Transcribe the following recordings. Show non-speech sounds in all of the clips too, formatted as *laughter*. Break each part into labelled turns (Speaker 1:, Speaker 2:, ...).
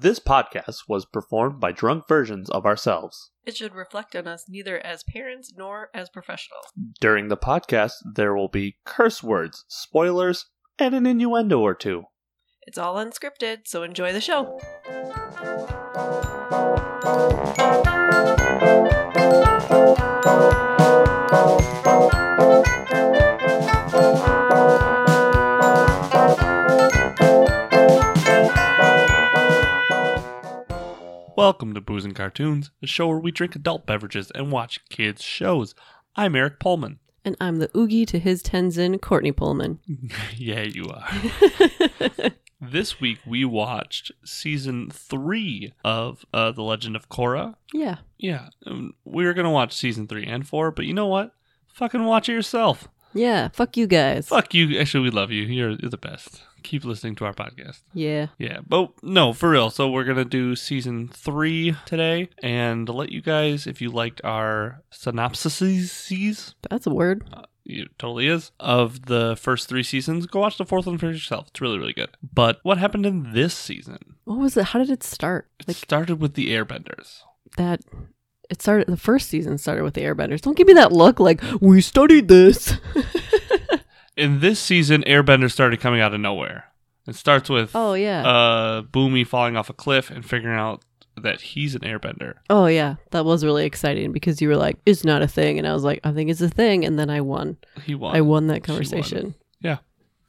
Speaker 1: This podcast was performed by drunk versions of ourselves.
Speaker 2: It should reflect on us neither as parents nor as professionals.
Speaker 1: During the podcast, there will be curse words, spoilers, and an innuendo or two.
Speaker 2: It's all unscripted, so enjoy the show.
Speaker 1: Welcome to Booze and Cartoons, the show where we drink adult beverages and watch kids' shows. I'm Eric Pullman.
Speaker 2: And I'm the Oogie to his Tenzin, Courtney *laughs* Pullman.
Speaker 1: *laughs* yeah, you are. This week we watched season three of uh, The Legend of Korra.
Speaker 2: yeah.
Speaker 1: Yeah, um, we were gonna watch season three and four, but you know what? Fucking watch it yourself.
Speaker 2: Yeah. Fuck you guys.
Speaker 1: Fuck you. Actually, we love you. You're, you're the best. Keep listening to our podcast.
Speaker 2: Yeah.
Speaker 1: Yeah, but no, for real. So we're gonna do season three today, and let you guys, if you liked our synopsises,
Speaker 2: That's a word.
Speaker 1: it totally is of the first three seasons. Go watch the fourth one for yourself. It's really, really good. But what happened in this season?
Speaker 2: What was it? How did it start?
Speaker 1: It
Speaker 2: Like
Speaker 1: started with the Airbenders.
Speaker 2: that. It started. The first season started with the Airbenders. Don't give me that look like, we studied this.
Speaker 1: In this season, Airbenders started coming out of nowhere. It starts with
Speaker 2: oh, yeah.
Speaker 1: uh, Boomy falling off a cliff and figuring out that he's an Airbender.
Speaker 2: oh, yeah. That was really exciting because you were like, it's not a thing. And I was like, I think it's a thing. And then I won.
Speaker 1: He won.
Speaker 2: I won that
Speaker 1: She won.
Speaker 2: conversation.
Speaker 1: Yeah.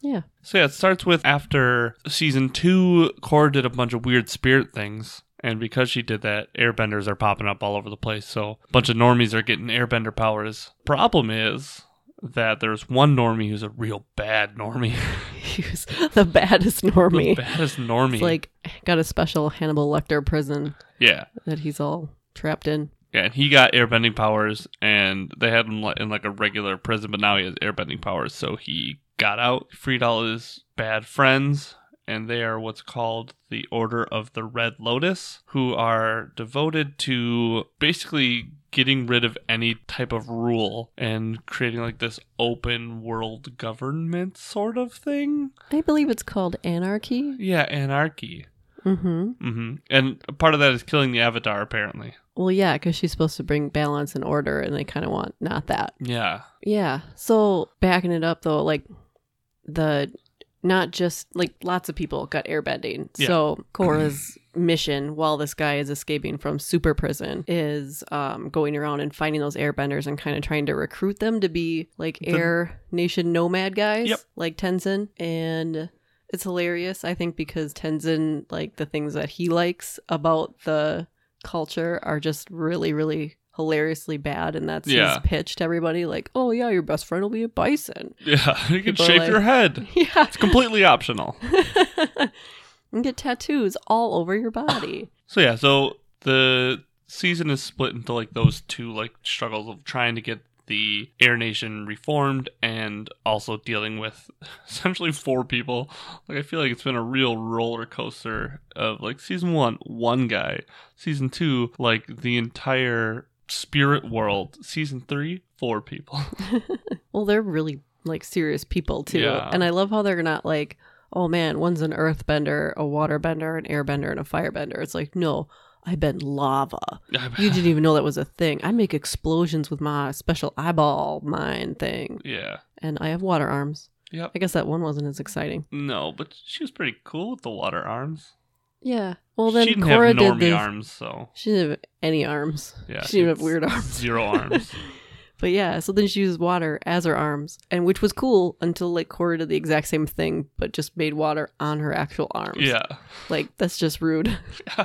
Speaker 2: Yeah.
Speaker 1: So yeah, it starts with after season two, Korra did a bunch of weird spirit things. And because she did that, airbenders are popping up all over the place. So a bunch of normies are getting airbender powers. Problem is that there's one normie who's a real bad normie. *laughs*
Speaker 2: He was *laughs* the baddest normie.
Speaker 1: the baddest normie.
Speaker 2: It's like got a special Hannibal Lecter prison
Speaker 1: yeah.
Speaker 2: that he's all trapped in.
Speaker 1: Yeah, and he got airbending powers, and they had him li- in like a regular prison, but now he has airbending powers. So he got out, freed all his bad friends, and they are what's called the Order of the Red Lotus, who are devoted to basically getting rid of any type of rule and creating like this open world government sort of thing.
Speaker 2: I believe it's called anarchy.
Speaker 1: Yeah, anarchy.
Speaker 2: Mm-hmm.
Speaker 1: hmm And part of that is killing the Avatar, apparently.
Speaker 2: Well, yeah, because she's supposed to bring balance and order, and they kind of want not that.
Speaker 1: Yeah. *laughs*
Speaker 2: Yeah. So backing it up though, like the not just like lots of people got airbending.
Speaker 1: Yeah.
Speaker 2: So Korra's *clears throat* mission while this guy is escaping from super prison is um, going around and finding those airbenders and kind of trying to recruit them to be like
Speaker 1: The-
Speaker 2: air nation nomad guys
Speaker 1: Yep.
Speaker 2: like Tenzin and it's hilarious I think because Tenzin like the things that he likes about the culture are just really really hilariously bad and that's
Speaker 1: Yeah.
Speaker 2: his pitch to everybody like oh yeah your best friend will be a bison *laughs*
Speaker 1: Yeah. You can
Speaker 2: People are
Speaker 1: shave
Speaker 2: like-
Speaker 1: your head.
Speaker 2: yeah *laughs*
Speaker 1: It's completely optional.
Speaker 2: and get tattoos all over
Speaker 1: *laughs*
Speaker 2: your body
Speaker 1: So yeah, so the season is split into like those two like struggles of trying to get the Air Nation reformed and also dealing with *laughs* essentially four people. Like I feel like it's been a real roller coaster of like season 1 one guy, season 2 like the entire spirit world, season 3 four people. *laughs*
Speaker 2: well they're really like serious people too
Speaker 1: Yeah.
Speaker 2: and i love how they're not like oh man one's an earthbender a waterbender an airbender and a firebender it's like no i bend lava you didn't even know that was a thing i make explosions with my special eyeball mine thing
Speaker 1: *laughs* yeah.
Speaker 2: and i have water arms
Speaker 1: Yep.
Speaker 2: i guess that one wasn't as exciting
Speaker 1: No, but she was pretty cool with the water arms.
Speaker 2: Yeah. Well, then
Speaker 1: she didn't
Speaker 2: Cora
Speaker 1: have normie
Speaker 2: did this.
Speaker 1: arms, so
Speaker 2: She didn't have any arms.
Speaker 1: yeah.
Speaker 2: *laughs* she didn't have weird arms.
Speaker 1: *laughs*
Speaker 2: *laughs*
Speaker 1: Zero arms.
Speaker 2: But yeah, so then she used water as her arms, and which was cool until like Cora did the exact same thing, but just made water on her actual arms.
Speaker 1: Yeah.
Speaker 2: Like that's just rude.
Speaker 1: I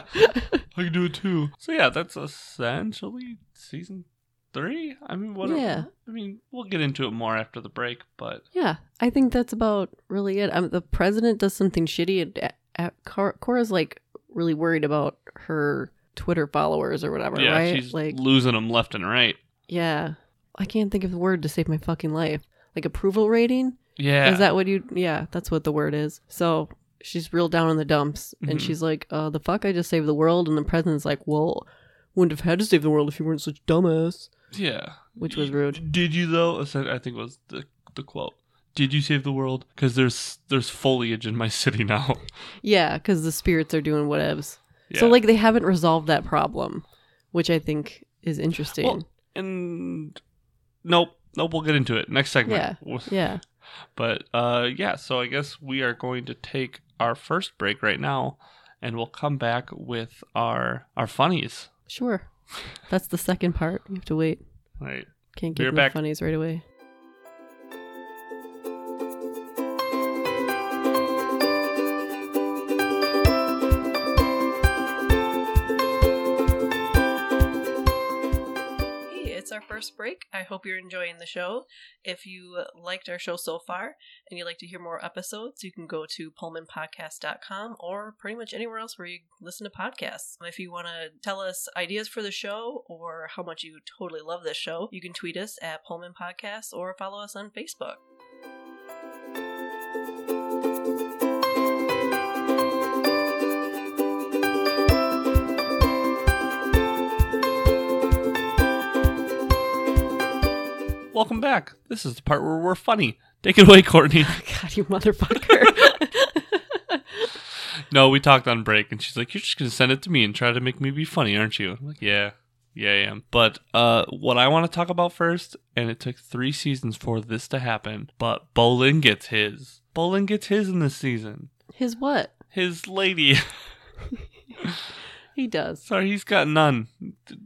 Speaker 1: can do it too. So yeah, that's essentially season three. I mean, what?
Speaker 2: Yeah.
Speaker 1: I mean, we'll get into it more after the break, but
Speaker 2: yeah, I think that's about really it. Um, the president does something shitty, and a a- Cor- Cora's like really worried about her Twitter followers or whatever.
Speaker 1: yeah,
Speaker 2: right?
Speaker 1: she's
Speaker 2: like
Speaker 1: losing them left and right.
Speaker 2: yeah, I can't think of the word to save my fucking life. Like approval rating.
Speaker 1: Yeah.
Speaker 2: Is that what you? Yeah, that's what the word is. So she's real down in the dumps, and
Speaker 1: Mhm.
Speaker 2: she's like, uh, "The fuck! I just saved the world." And the president's like, "Well, wouldn't have had to save the world if you weren't such dumbass,"
Speaker 1: yeah.
Speaker 2: which was rude.
Speaker 1: Did you though? I said- I think was the the quote. Did you save the world? Because there's there's foliage in my *laughs* city now.
Speaker 2: Yeah, because the spirits are doing whatevs. So
Speaker 1: Yeah.
Speaker 2: like they haven't resolved that problem, which I think is interesting.
Speaker 1: Well, and nope, nope. We'll get into it next segment.
Speaker 2: yeah.
Speaker 1: But uh, yeah, so I guess we are going to take our first break right now, and we'll come back with our our funnies.
Speaker 2: Sure. That's the second part. You have to wait.
Speaker 1: Right.
Speaker 2: Can't
Speaker 1: Be
Speaker 2: get
Speaker 1: right
Speaker 2: the
Speaker 1: back.
Speaker 2: funnies right away.
Speaker 3: Hey, it's our first break. I hope you're enjoying the show. If you liked our show so far and you'd like to hear more episodes, you can go to pullmanpodcast.com or pretty much anywhere else where you listen to podcasts. If you want to tell us ideas for the show or how much you totally love this show, you can tweet us at Pullman Podcasts or follow us on Facebook.
Speaker 1: Welcome back. This is the part where we're funny. Take it away, Courtney. *laughs*
Speaker 2: *laughs* God,
Speaker 3: *laughs*
Speaker 2: you motherfucker.
Speaker 1: no, we talked on break, and she's like, "You're just gonna send it to me and try to make me be funny, aren't you?" I'm like, "Yeah, yeah, I am." But uh, what I want to talk about first, and it took three seasons for this to happen, but Bolin gets his. Bolin gets his in this season.
Speaker 2: His what?
Speaker 1: His lady. *laughs*
Speaker 2: He does.
Speaker 1: Sorry, he's got none.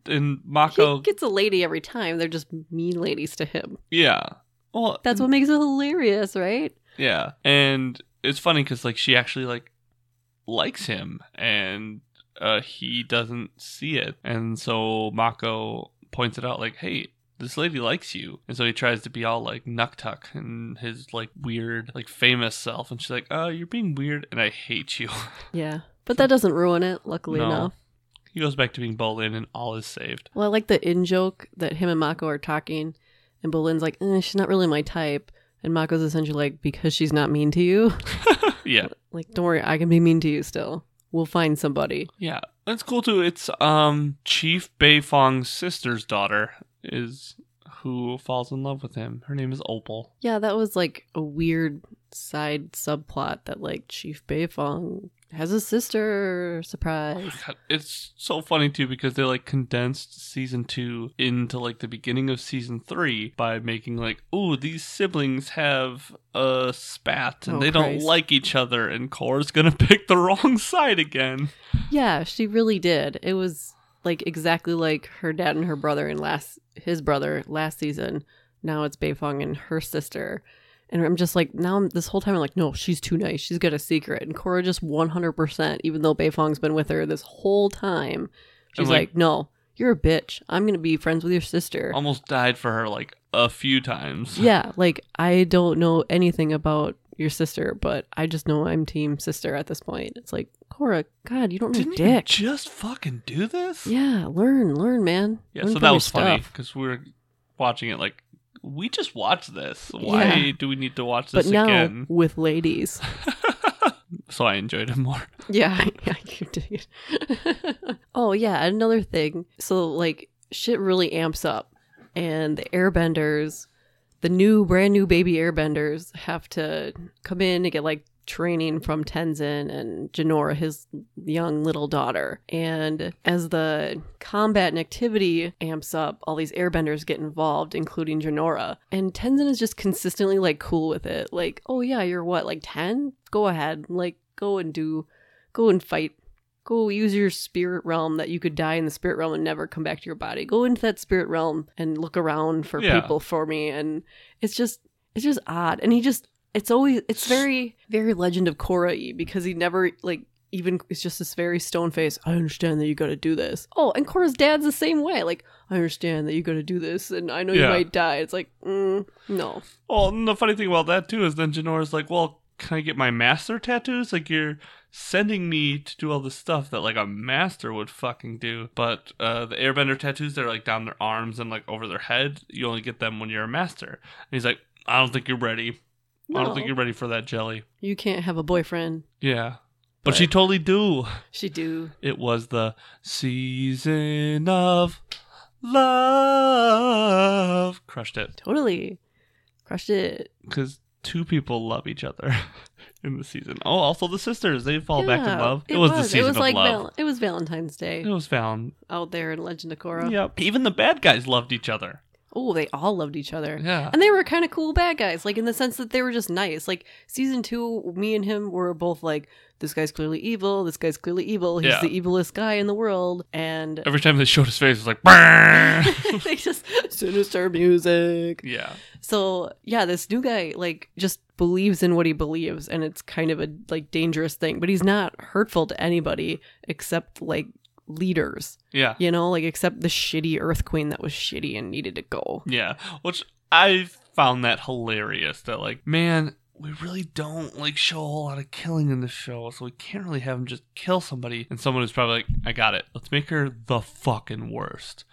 Speaker 1: And
Speaker 2: He
Speaker 1: Mako,
Speaker 2: gets a lady every time. They're just mean ladies to him.
Speaker 1: yeah. Well,
Speaker 2: That's what makes it hilarious, right?
Speaker 1: yeah. And it's funny because like she actually like likes him, and uh, he doesn't see it, and so Mako points it out like, hey. This lady likes you, and so he tries to be all like Nuktuk and his like weird, like famous self, and she's like, "Oh, you're being weird, and I hate you." *laughs*
Speaker 2: Yeah. But that doesn't ruin it, luckily
Speaker 1: No.
Speaker 2: enough.
Speaker 1: he goes back to being Bolin, and all is saved.
Speaker 2: Well, I like the in joke that him and Mako are talking, and Bolin's like, eh, she's not really my type. And Mako's essentially like, because she's not mean to you. *laughs*
Speaker 1: Yeah,
Speaker 2: Like, don't worry, I can be mean to you still. We'll find somebody.
Speaker 1: Yeah, that's cool too. It's um Chief Beifong's sister's daughter is who falls in love with him. Her name is Opal.
Speaker 2: Yeah, that was like a weird side subplot that like Chief Beifong has a sister. Surprise.
Speaker 1: Oh God, it's so funny too because they like condensed season two into like the beginning of season three by making like, oh, these siblings have a spat and
Speaker 2: Oh,
Speaker 1: they don't
Speaker 2: Christ.
Speaker 1: like each other, and Korra's gonna *laughs* pick the wrong side again.
Speaker 2: Yeah, she really did. It was like exactly like her dad and her brother and last his brother last season. Now it's Beifong and her sister. And I'm just like now I'm, this whole time I'm like, no, she's too nice. She's got a secret. And Cora just 100%, even though Beifong's been with her this whole time, she's
Speaker 1: like-
Speaker 2: like, no, you're a bitch. I'm gonna be friends with your sister.
Speaker 1: Almost died for her like a few times.
Speaker 2: yeah, like I don't know anything about your sister, but I just know I'm team sister at this point. It's like Cora, God, you don't need
Speaker 1: *laughs* Didn't
Speaker 2: dick.
Speaker 1: you just fucking do this?
Speaker 2: Yeah, learn, learn, man.
Speaker 1: Yeah,
Speaker 2: Learn
Speaker 1: so
Speaker 2: from
Speaker 1: that
Speaker 2: your
Speaker 1: was funny
Speaker 2: stuff.
Speaker 1: because we were watching it like we just watched this. Why
Speaker 2: Yeah.
Speaker 1: do we need to watch
Speaker 2: But
Speaker 1: this
Speaker 2: now
Speaker 1: again?
Speaker 2: with
Speaker 1: *laughs*
Speaker 2: ladies,
Speaker 1: so I enjoyed it more. *laughs*
Speaker 2: yeah, *laughs* yeah, you dig it. *laughs* oh yeah, another thing. So like shit really amps up, and the Airbenders, the new brand new baby Airbenders, have to come in and get like training from Tenzin and Janora, his young little daughter. And as the combat and activity amps up, all these airbenders get involved, including Janora. And Tenzin is just consistently like cool with it. Like, oh yeah, you're what, like 10? Go ahead. Like, go and do, go and fight. Go use your spirit realm that you could die in the spirit realm and never come back to your body. Go into that spirit realm and look around for
Speaker 1: Yeah.
Speaker 2: people for me. And it's just, it's just odd. And he just, it's always, it's very, very Legend of Korra because he never, like, even it's just this very stone face. I understand that you got to do this. Oh, and Cora's dad's the same way. Like, I understand that you got to do this, and I know you
Speaker 1: Yeah.
Speaker 2: might die. It's like, mm, no,
Speaker 1: Well, and the funny thing about that too is then Janora's like, "Well, can I get my master tattoos? Like you're sending me to do all this stuff that like a master would fucking do." But uh, the Airbender tattoos, they're like down their arms and like over their head. You only get them when you're a master. And he's like, "I don't think you're ready. I
Speaker 2: No.
Speaker 1: don't think you're ready for that jelly."
Speaker 2: you can't have a boyfriend.
Speaker 1: Yeah. But
Speaker 2: But-
Speaker 1: she totally do.
Speaker 2: She do.
Speaker 1: It was the season of love. Crushed it.
Speaker 2: Totally. Crushed it.
Speaker 1: Because two people love each other. *laughs* in the season. Oh, also the sisters. They fall back in love. It, was, the season
Speaker 2: It was
Speaker 1: of
Speaker 2: like
Speaker 1: love.
Speaker 2: Val- it was Valentine's Day
Speaker 1: it was Valen.
Speaker 2: out there in Legend of Korra.
Speaker 1: Yep. Even the bad guys loved each other.
Speaker 2: Oh, they all loved each other.
Speaker 1: Yeah.
Speaker 2: And they were kind of cool bad guys, like in the sense that they were just nice. Like season two, me and him were both like, this guy's clearly evil. This guy's clearly evil. He's
Speaker 1: Yeah.
Speaker 2: the evilest guy in the world. *laughs* And
Speaker 1: Every time they showed his face, it was like,
Speaker 2: *laughs*
Speaker 1: "Brrr."
Speaker 2: they just sinister music.
Speaker 1: yeah.
Speaker 2: So yeah, this new guy like just believes in what he believes, and it's kind of a like dangerous thing. But he's not hurtful to anybody except like leaders,
Speaker 1: Yeah.
Speaker 2: you know, like except the shitty Earth Queen that was shitty and needed to *laughs* go.
Speaker 1: Yeah, which I found that hilarious. That like, man, we really don't like show a whole lot of killing in the show, so we can't really have him just kill somebody. And someone who's probably like, I got it. Let's make her the fucking worst.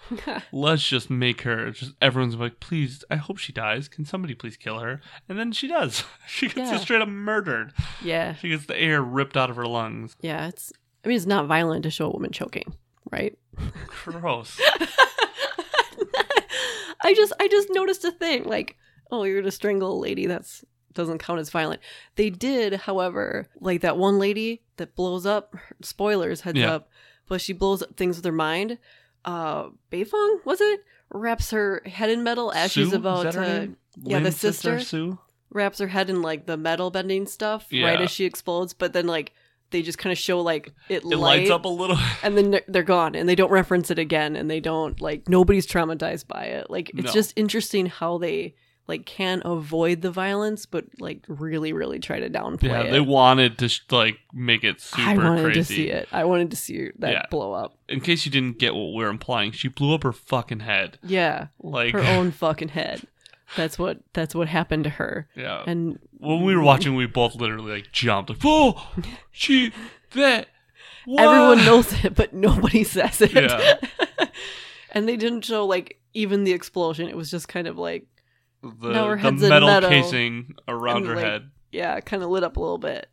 Speaker 1: Let's just make her just everyone's like, please. I hope she dies. Can somebody please kill her? And then she does. *laughs* She gets
Speaker 2: Yeah.
Speaker 1: just straight up murdered.
Speaker 2: yeah,
Speaker 1: She gets the air ripped out of her lungs.
Speaker 2: yeah. It's I mean, it's not violent to show a woman choking,
Speaker 1: *laughs*
Speaker 2: right? *laughs*
Speaker 1: Gross.
Speaker 2: I just I just noticed a thing like oh you're gonna strangle a lady that's doesn't count as violent. They did, however, like that one lady that blows up spoilers heads
Speaker 1: Yeah.
Speaker 2: up, but she blows up things with her mind. Uh, Beifong was it wraps her head in metal as
Speaker 1: Sue?
Speaker 2: she's
Speaker 1: Is
Speaker 2: about
Speaker 1: that her
Speaker 2: to
Speaker 1: name?
Speaker 2: yeah, the
Speaker 1: Lynn's
Speaker 2: sister.
Speaker 1: Sue.
Speaker 2: wraps her head in like the metal bending stuff right
Speaker 1: Yeah.
Speaker 2: as she explodes, but then like they just kind of show like it,
Speaker 1: It lights up a little.
Speaker 2: and then they're- they're gone and they don't reference it again and they don't like nobody's traumatized by it like it's
Speaker 1: No.
Speaker 2: just interesting how they like can avoid the violence but like really really try to downplay
Speaker 1: Yeah,
Speaker 2: it
Speaker 1: they wanted to sh- like make it super
Speaker 2: i wanted
Speaker 1: crazy.
Speaker 2: to see it i wanted to see that
Speaker 1: Yeah.
Speaker 2: blow up
Speaker 1: In case you didn't get what we're implying, she blew up her fucking head.
Speaker 2: yeah
Speaker 1: Like,
Speaker 2: her own fucking head that's what that's what happened to her
Speaker 1: *laughs* yeah.
Speaker 2: and
Speaker 1: when we were watching, we both literally like jumped, like,
Speaker 2: *laughs*
Speaker 1: "Oh, she that." What?
Speaker 2: everyone knows it but nobody *laughs* says it
Speaker 1: Yeah.
Speaker 2: and they didn't show like even the explosion it was just kind of like
Speaker 1: the,
Speaker 2: now her
Speaker 1: the
Speaker 2: head's in
Speaker 1: metal,
Speaker 2: metal.
Speaker 1: casing around
Speaker 2: And,
Speaker 1: her
Speaker 2: like,
Speaker 1: head.
Speaker 2: yeah kind of lit up a little bit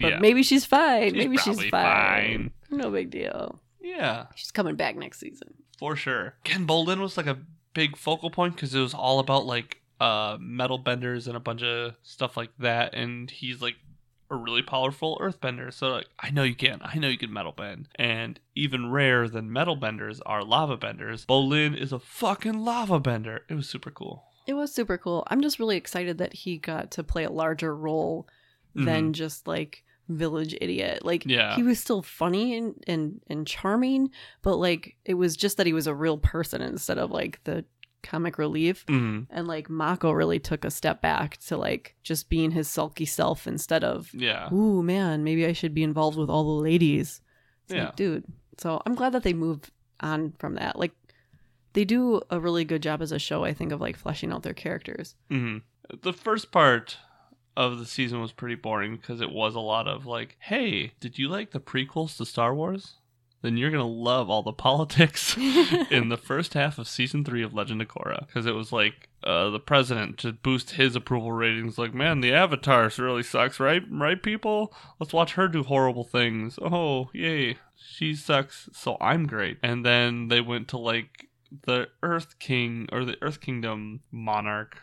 Speaker 2: But
Speaker 1: yeah,
Speaker 2: maybe she's fine.
Speaker 1: She's
Speaker 2: maybe she's
Speaker 1: probably
Speaker 2: fine. No big deal.
Speaker 1: yeah,
Speaker 2: She's coming back next season.
Speaker 1: for sure. Ken Bolden was like a big focal point because it was all about like uh metal benders and a bunch of stuff like that, and he's like a really powerful earthbender. So like, I know you can. I know you can metal bend. And even rarer than metal benders are lava benders. Bolin is a fucking lava bender. It was super cool.
Speaker 2: It was super cool. I'm just really excited that he got to play a larger role than just like village idiot. Like
Speaker 1: Mm-hmm. Yeah.
Speaker 2: he was still funny and, and and charming, but like it was just that he was a real person instead of like the comic relief.
Speaker 1: Mhm.
Speaker 2: And like Mako really took a step back to like just being his sulky self instead of
Speaker 1: Mhm. Yeah.
Speaker 2: ooh man, maybe I should be involved with all the ladies. It's
Speaker 1: Yeah.
Speaker 2: like, dude. So I'm glad that they move on from that. Like they do a really good job as a show, I think, of like fleshing out their characters. *laughs*
Speaker 1: hmm The first part of the season was pretty boring because it was a lot of like, hey, did you like the prequels to Star Wars? Then you're going to love all the *laughs* politics in the first half of season three of Legend of Korra because it was like uh, the president to boost his approval ratings. Like, man, the Avatar really sucks, right? Right, people? Let's watch her do horrible things. Oh, yay. She sucks, so I'm great. And then they went to like the Earth King or the Earth Kingdom monarch.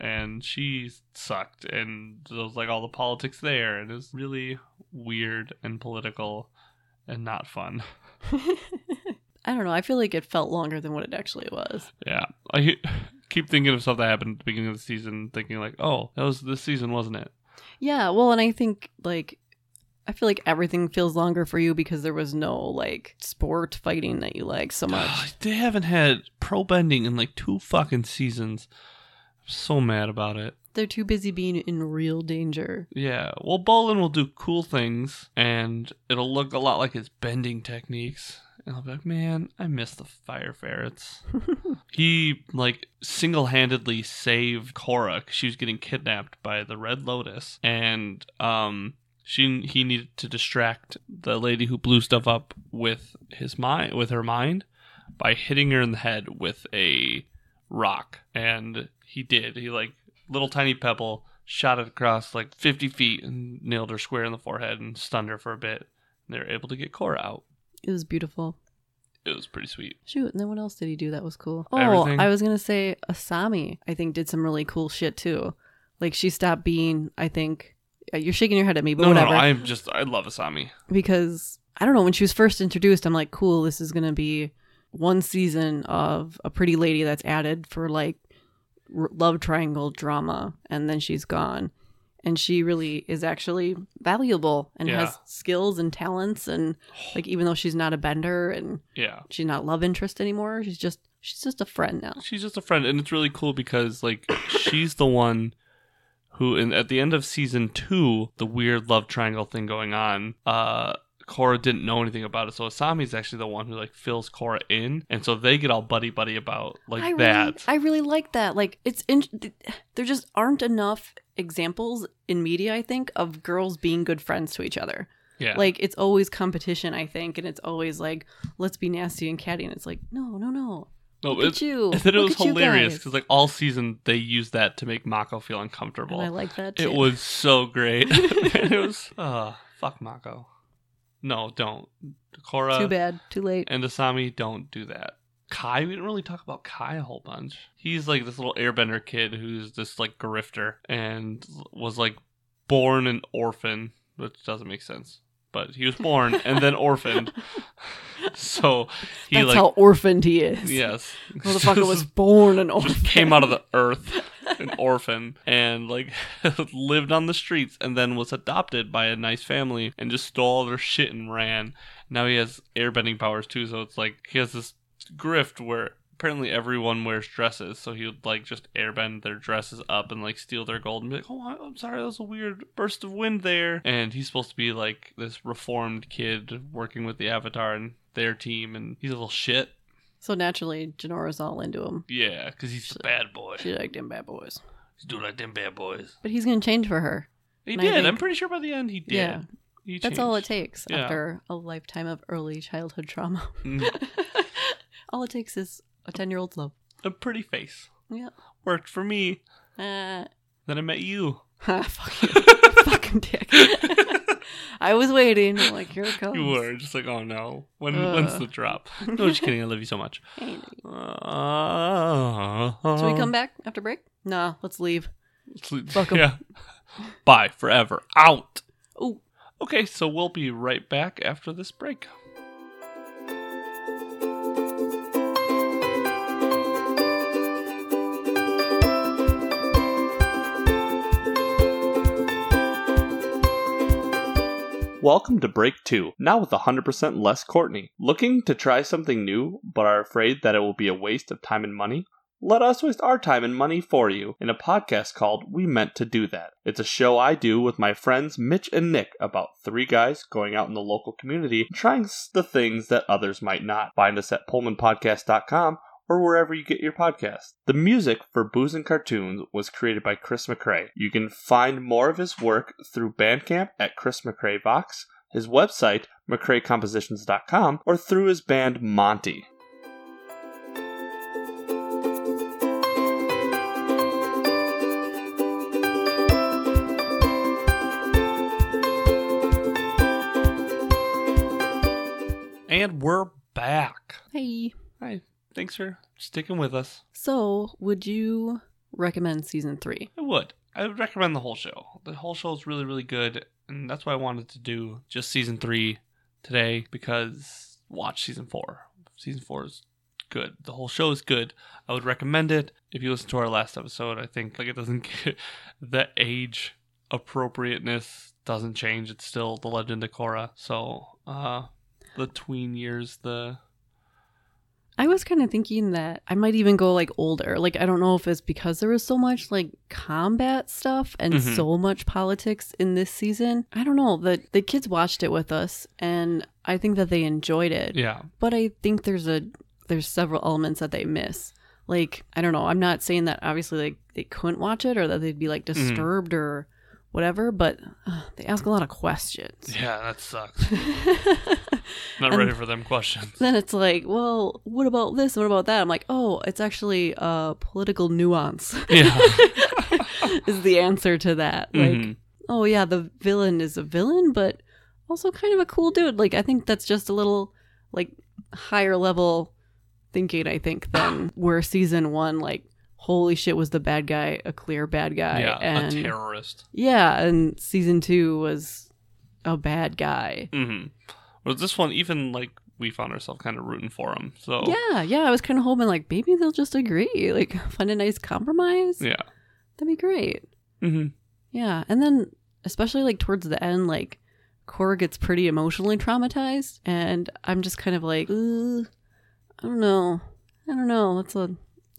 Speaker 1: And she sucked, and there was like all the politics there, and it was really weird and political and not fun.
Speaker 2: I don't know. I feel like it felt longer than what it actually was.
Speaker 1: Yeah, I he- keep thinking of stuff that happened at the beginning of the season, thinking like, "Oh, that was this season, wasn't it?"
Speaker 2: Yeah, well, and I think like I feel like everything feels longer for you because there was no like sport fighting that you
Speaker 1: *sighs*
Speaker 2: like so much.
Speaker 1: they haven't had pro bending in like two fucking seasons. I'm so mad about it.
Speaker 2: They're too busy being in real danger.
Speaker 1: Yeah, well, Bolin will do cool things, and it'll look a lot like his bending techniques. And I'll be like, man, I miss the fire ferrets. he like single-handedly saved Korra 'cause she was getting kidnapped by the Red Lotus, and um, she he needed to distract the lady who blew stuff up with his mind with her mind by hitting her in the head with a rock, and he did. He like little tiny pebble shot it across like 50 feet and nailed her square in the forehead and stunned her for a bit. And they were able to get Korra out.
Speaker 2: It was beautiful.
Speaker 1: It was pretty sweet.
Speaker 2: Shoot, and then what else did he do that was cool? Oh,
Speaker 1: Everything.
Speaker 2: I was gonna say Asami. I think did some really cool shit too. Like she stopped being, I think, Uh, You're shaking your head at me, but
Speaker 1: No, no,
Speaker 2: whatever.
Speaker 1: no. I'm just, I love Asami.
Speaker 2: because I don't know when she was first introduced, I'm like, cool, this is gonna be one season of a pretty lady that's added for like r- love triangle drama, and then she's gone, and she really is actually valuable and
Speaker 1: Yeah.
Speaker 2: has skills and
Speaker 1: *sighs*
Speaker 2: talents, and like even though she's not a bender and
Speaker 1: Yeah.
Speaker 2: she's not a love interest anymore, she's just she's just a friend now.
Speaker 1: She's just a friend, and it's really cool because like she's the one who, in, at the end of season two, the weird love triangle thing going on. Uh, Cora didn't know anything about it, so Asami's actually the one who like fills Cora in, and so they get all buddy buddy about like
Speaker 2: I
Speaker 1: that.
Speaker 2: Really, I really like that. Like it's in, th- there just aren't enough examples in media, I think, of girls being good friends to each other.
Speaker 1: yeah,
Speaker 2: Like it's always competition, I think, and it's always like let's be nasty and catty, and it's like no, no, no.
Speaker 1: no,
Speaker 2: Look at
Speaker 1: it's. *laughs*
Speaker 2: you.
Speaker 1: And then it
Speaker 2: *laughs* Look
Speaker 1: was
Speaker 2: at you
Speaker 1: hilarious
Speaker 2: guys.
Speaker 1: because like all season they used that to make Mako feel uncomfortable.
Speaker 2: and I like that. Too.
Speaker 1: It was so great. *laughs* it was
Speaker 2: *laughs*
Speaker 1: uh fuck Mako. No, don't. Cora
Speaker 2: too bad, too late.
Speaker 1: uh, and Asami don't do that. Kai, we didn't really talk about Kai a whole bunch. He's like this little airbender kid who's this like grifter and was like born an orphan, which doesn't make sense. But he was born and then
Speaker 2: *laughs*
Speaker 1: orphaned. So he
Speaker 2: That's
Speaker 1: like
Speaker 2: how orphaned he is.
Speaker 1: yes.
Speaker 2: *laughs*
Speaker 1: *laughs*
Speaker 2: motherfucker
Speaker 1: This
Speaker 2: was
Speaker 1: is
Speaker 2: born an orphan.
Speaker 1: just came out of the earth, an orphan, and like *laughs* lived on the streets, and then was adopted by a nice family, and just stole all their shit and ran. Now he has airbending powers too, so it's like he has this grift where apparently everyone wears dresses, so he would like just airbend their dresses up and like steal their gold and be like, "Oh, I- I'm sorry, that was a weird burst of wind there." And he's supposed to be like this reformed kid working with the Avatar and their team, and he's a little shit.
Speaker 2: So naturally, Janora's all into him.
Speaker 1: Yeah, because he's the bad boy.
Speaker 2: She liked him bad boys,
Speaker 1: He's doing like them bad boys.
Speaker 2: but he's gonna change for her.
Speaker 1: He
Speaker 2: And I
Speaker 1: did.
Speaker 2: think-
Speaker 1: I'm pretty sure by the end he did.
Speaker 2: Yeah.
Speaker 1: He
Speaker 2: That's all it
Speaker 1: changed.
Speaker 2: takes
Speaker 1: Yeah.
Speaker 2: after a lifetime of early childhood trauma.
Speaker 1: *laughs* Mm,
Speaker 2: all it takes is a 10 year old's love.
Speaker 1: a pretty face.
Speaker 2: Yeah.
Speaker 1: Worked for me.
Speaker 2: Uh,
Speaker 1: Then I met you.
Speaker 2: *laughs*
Speaker 1: *laughs*
Speaker 2: fuck you. Fucking dick. *laughs* I was waiting. I'm like, here it comes.
Speaker 1: You were just like, oh no. When when's
Speaker 2: Ugh.
Speaker 1: the
Speaker 2: *laughs*
Speaker 1: drop? No, just kidding. I love you so much.
Speaker 2: Hey.
Speaker 1: Uh,
Speaker 2: Should we come back after break? Nah, let's leave. Fuck
Speaker 1: *laughs*
Speaker 2: 'em.
Speaker 1: Yeah. Bye forever. Out.
Speaker 2: Ooh.
Speaker 1: Okay, so we'll be right back after this break. Welcome to Break 2, now with 100% less Courtney. Looking to try something new, but are afraid that it will be a waste of time and money? Let us waste our time and money for you in a podcast called We Meant to Do That. It's a show I do with my friends Mitch and Nick about three guys going out in the local community and trying s- the things that others might not. Find us at PullmanPodcast.com or wherever you get your podcasts. The music for Booze and Cartoons was created by Chris McRae. You can find more of his work through Bandcamp at Chris McRae Vox, his website, McRaeCompositions.com, or through his band Monty. And we're back.
Speaker 2: Hey.
Speaker 1: Hi. Thanks for sticking with us.
Speaker 2: So, would you recommend season three?
Speaker 1: I would. I would recommend the whole show. The whole show is really, really good, and that's why I wanted to do just season three today because watch season four. Season four is good. The whole show is good. I would recommend it. If you listen to our last episode, I think like it doesn't *laughs* get the age appropriateness doesn't change. It's still the legend of Korra. So uh the tween years, the
Speaker 2: I was kind of thinking that I might even go like older. Like, I don't know if it's because there was so much like combat stuff and
Speaker 1: Mhm.
Speaker 2: so much politics in this season. I don't know. The, the kids watched it with us and I think that they enjoyed it.
Speaker 1: Yeah.
Speaker 2: but I think there's a there's several elements that they miss. Like I don't know. I'm not saying that obviously like they couldn't watch it or that they'd be like disturbed or whatever, but uh, they ask a lot of questions.
Speaker 1: Yeah, that sucks. Not
Speaker 2: *laughs* And-
Speaker 1: ready for them *laughs* questions.
Speaker 2: then it's like, well, what about this? What about that? I'm like, oh, it's actually uh, political nuance *laughs*
Speaker 1: Yeah. *laughs*
Speaker 2: is the answer to that. Like,
Speaker 1: Mhm.
Speaker 2: oh yeah, the villain is a villain, but also kind of a cool dude. Like I think that's just a little
Speaker 1: *sighs*
Speaker 2: like higher level thinking. I think than where season one like holy shit was the bad guy a clear bad guy
Speaker 1: yeah,
Speaker 2: and
Speaker 1: a terrorist.
Speaker 2: yeah and season two was a bad guy
Speaker 1: Mm-hmm. Well, this one, even like we found ourselves kind of rooting for him. So
Speaker 2: yeah yeah i was kind of hoping like maybe they'll just agree like *laughs* find a nice compromise
Speaker 1: yeah.
Speaker 2: that'd be great
Speaker 1: Mm-hmm.
Speaker 2: yeah and then especially like towards the end like cora gets pretty emotionally traumatized and i'm just kind of like "Ugh, i don't know i don't know that's a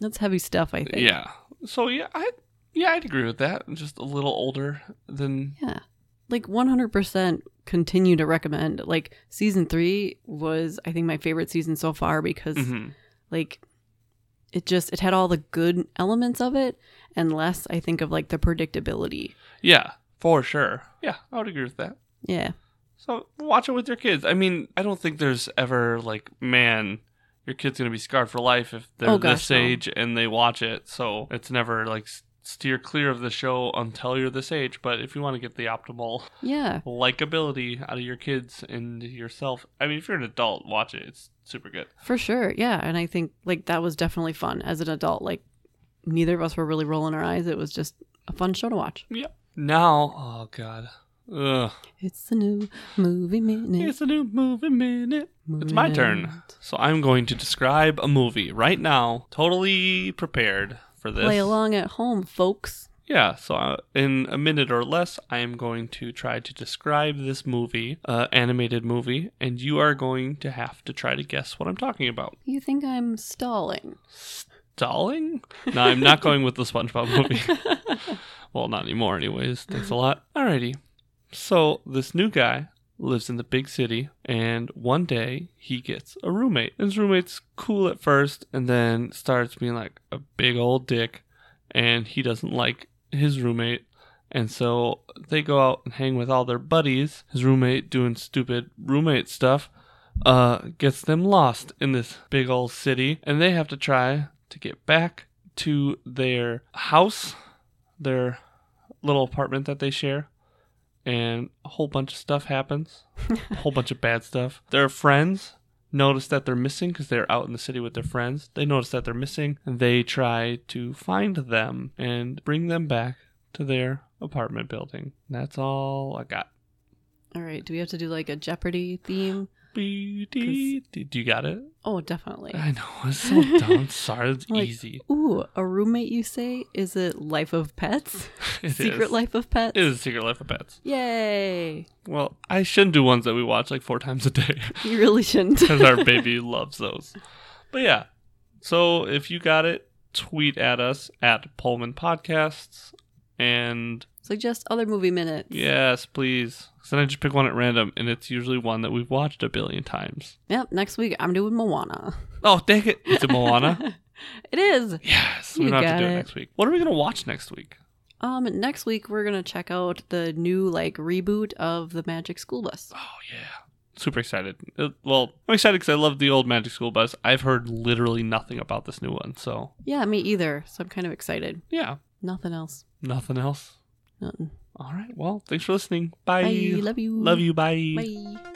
Speaker 2: that's heavy stuff i think
Speaker 1: Yeah. So yeah, I yeah I'd agree with that. Just a little older than
Speaker 2: Yeah. Like 100% continue to recommend. Like season 3 was I think my favorite season so far because
Speaker 1: Mhm.
Speaker 2: like it just it had all the good elements of it and less I think of like the predictability.
Speaker 1: yeah for sure. Yeah, I would agree with that.
Speaker 2: Yeah.
Speaker 1: So watch it with your kids. I mean, I don't think there's ever like man. Your kid's gonna be scarred for life if they're
Speaker 2: Oh, gosh,
Speaker 1: this
Speaker 2: no.
Speaker 1: age and they watch it. So it's never like s- steer clear of the show until you're this age. But if you want to get the optimal
Speaker 2: Yeah.
Speaker 1: likability out of your kids and yourself. I mean, if you're an adult, watch it. It's super good.
Speaker 2: For sure. Yeah, and I think like that was definitely fun as an adult like neither of us were really rolling our eyes. It was just a fun show to watch.
Speaker 1: Now, oh god, Ugh.
Speaker 2: It's the new movie minute.
Speaker 1: it's a new movie minute. It's my turn,
Speaker 2: Minute.
Speaker 1: so I'm going to describe a movie right now. Totally prepared for this.
Speaker 2: Play along at home, folks.
Speaker 1: Yeah, so uh, in a minute or less, I am going to try to describe this movie, uh, animated movie, and you are going to have to try to guess what I'm talking about.
Speaker 2: You think I'm stalling?
Speaker 1: Darling? No, I'm not going with the SpongeBob movie. *laughs* Well, not anymore, anyways. Thanks a lot. Alrighty. So, this new guy lives in the big city, and one day he gets a roommate. His roommate's cool at first, and then starts being like a big old dick, and he doesn't like his roommate. And so they go out and hang with all their buddies. His roommate doing stupid roommate stuff uh, gets them lost in this big old city, and they have to try to get back to their house, their little apartment that they share, and a whole bunch of stuff happens. a whole bunch of bad stuff. Their friends notice that they're missing because they're out in the city with their friends. They notice that they're missing, and they try to find them and bring them back to their apartment building. That's all I got.
Speaker 2: All right. Do we have to do like a Jeopardy theme?
Speaker 1: Beauty. Do you got it?
Speaker 2: Oh, definitely.
Speaker 1: I know. *laughs* It's so dumb. Sorry, it's
Speaker 2: Like,
Speaker 1: Uh, easy. *laughs*
Speaker 2: Ooh, a roommate, you say? Is it Life of Pets?
Speaker 1: It is.
Speaker 2: Secret Life of Pets?
Speaker 1: It is Secret Life of Pets.
Speaker 2: Yay.
Speaker 1: Well, I shouldn't do ones that we watch like four times a day
Speaker 2: *laughs*
Speaker 1: *laughs*
Speaker 2: You really shouldn't. *laughs*
Speaker 1: because our baby loves those. But yeah, so if you got it, tweet at us at Pullman Podcasts. And
Speaker 2: Suggest other movie minutes.
Speaker 1: yes, please. 'Cause Then I just pick one at random, and it's usually one that we've watched a billion times.
Speaker 2: Yep. Next week, I'm doing Moana.
Speaker 1: Oh, dang it. It's a Moana.
Speaker 2: *laughs* it is.
Speaker 1: yes. We
Speaker 2: You
Speaker 1: don't have
Speaker 2: got
Speaker 1: to do it
Speaker 2: it.
Speaker 1: next week. What are we going to watch next week?
Speaker 2: Um, next week, we're going to check out the new, like, reboot of The Magic School Bus. *gasps*
Speaker 1: Oh yeah, super excited. Uh, well, I'm excited because I love the old Magic School Bus. I've heard literally nothing about this new one, so
Speaker 2: Yeah, me either. So I'm kind of excited.
Speaker 1: yeah,
Speaker 2: Nothing else.
Speaker 1: nothing else.
Speaker 2: Nothing.
Speaker 1: All right. Well, thanks for listening. Bye.
Speaker 2: Bye. Love you.
Speaker 1: Love you.
Speaker 2: Bye.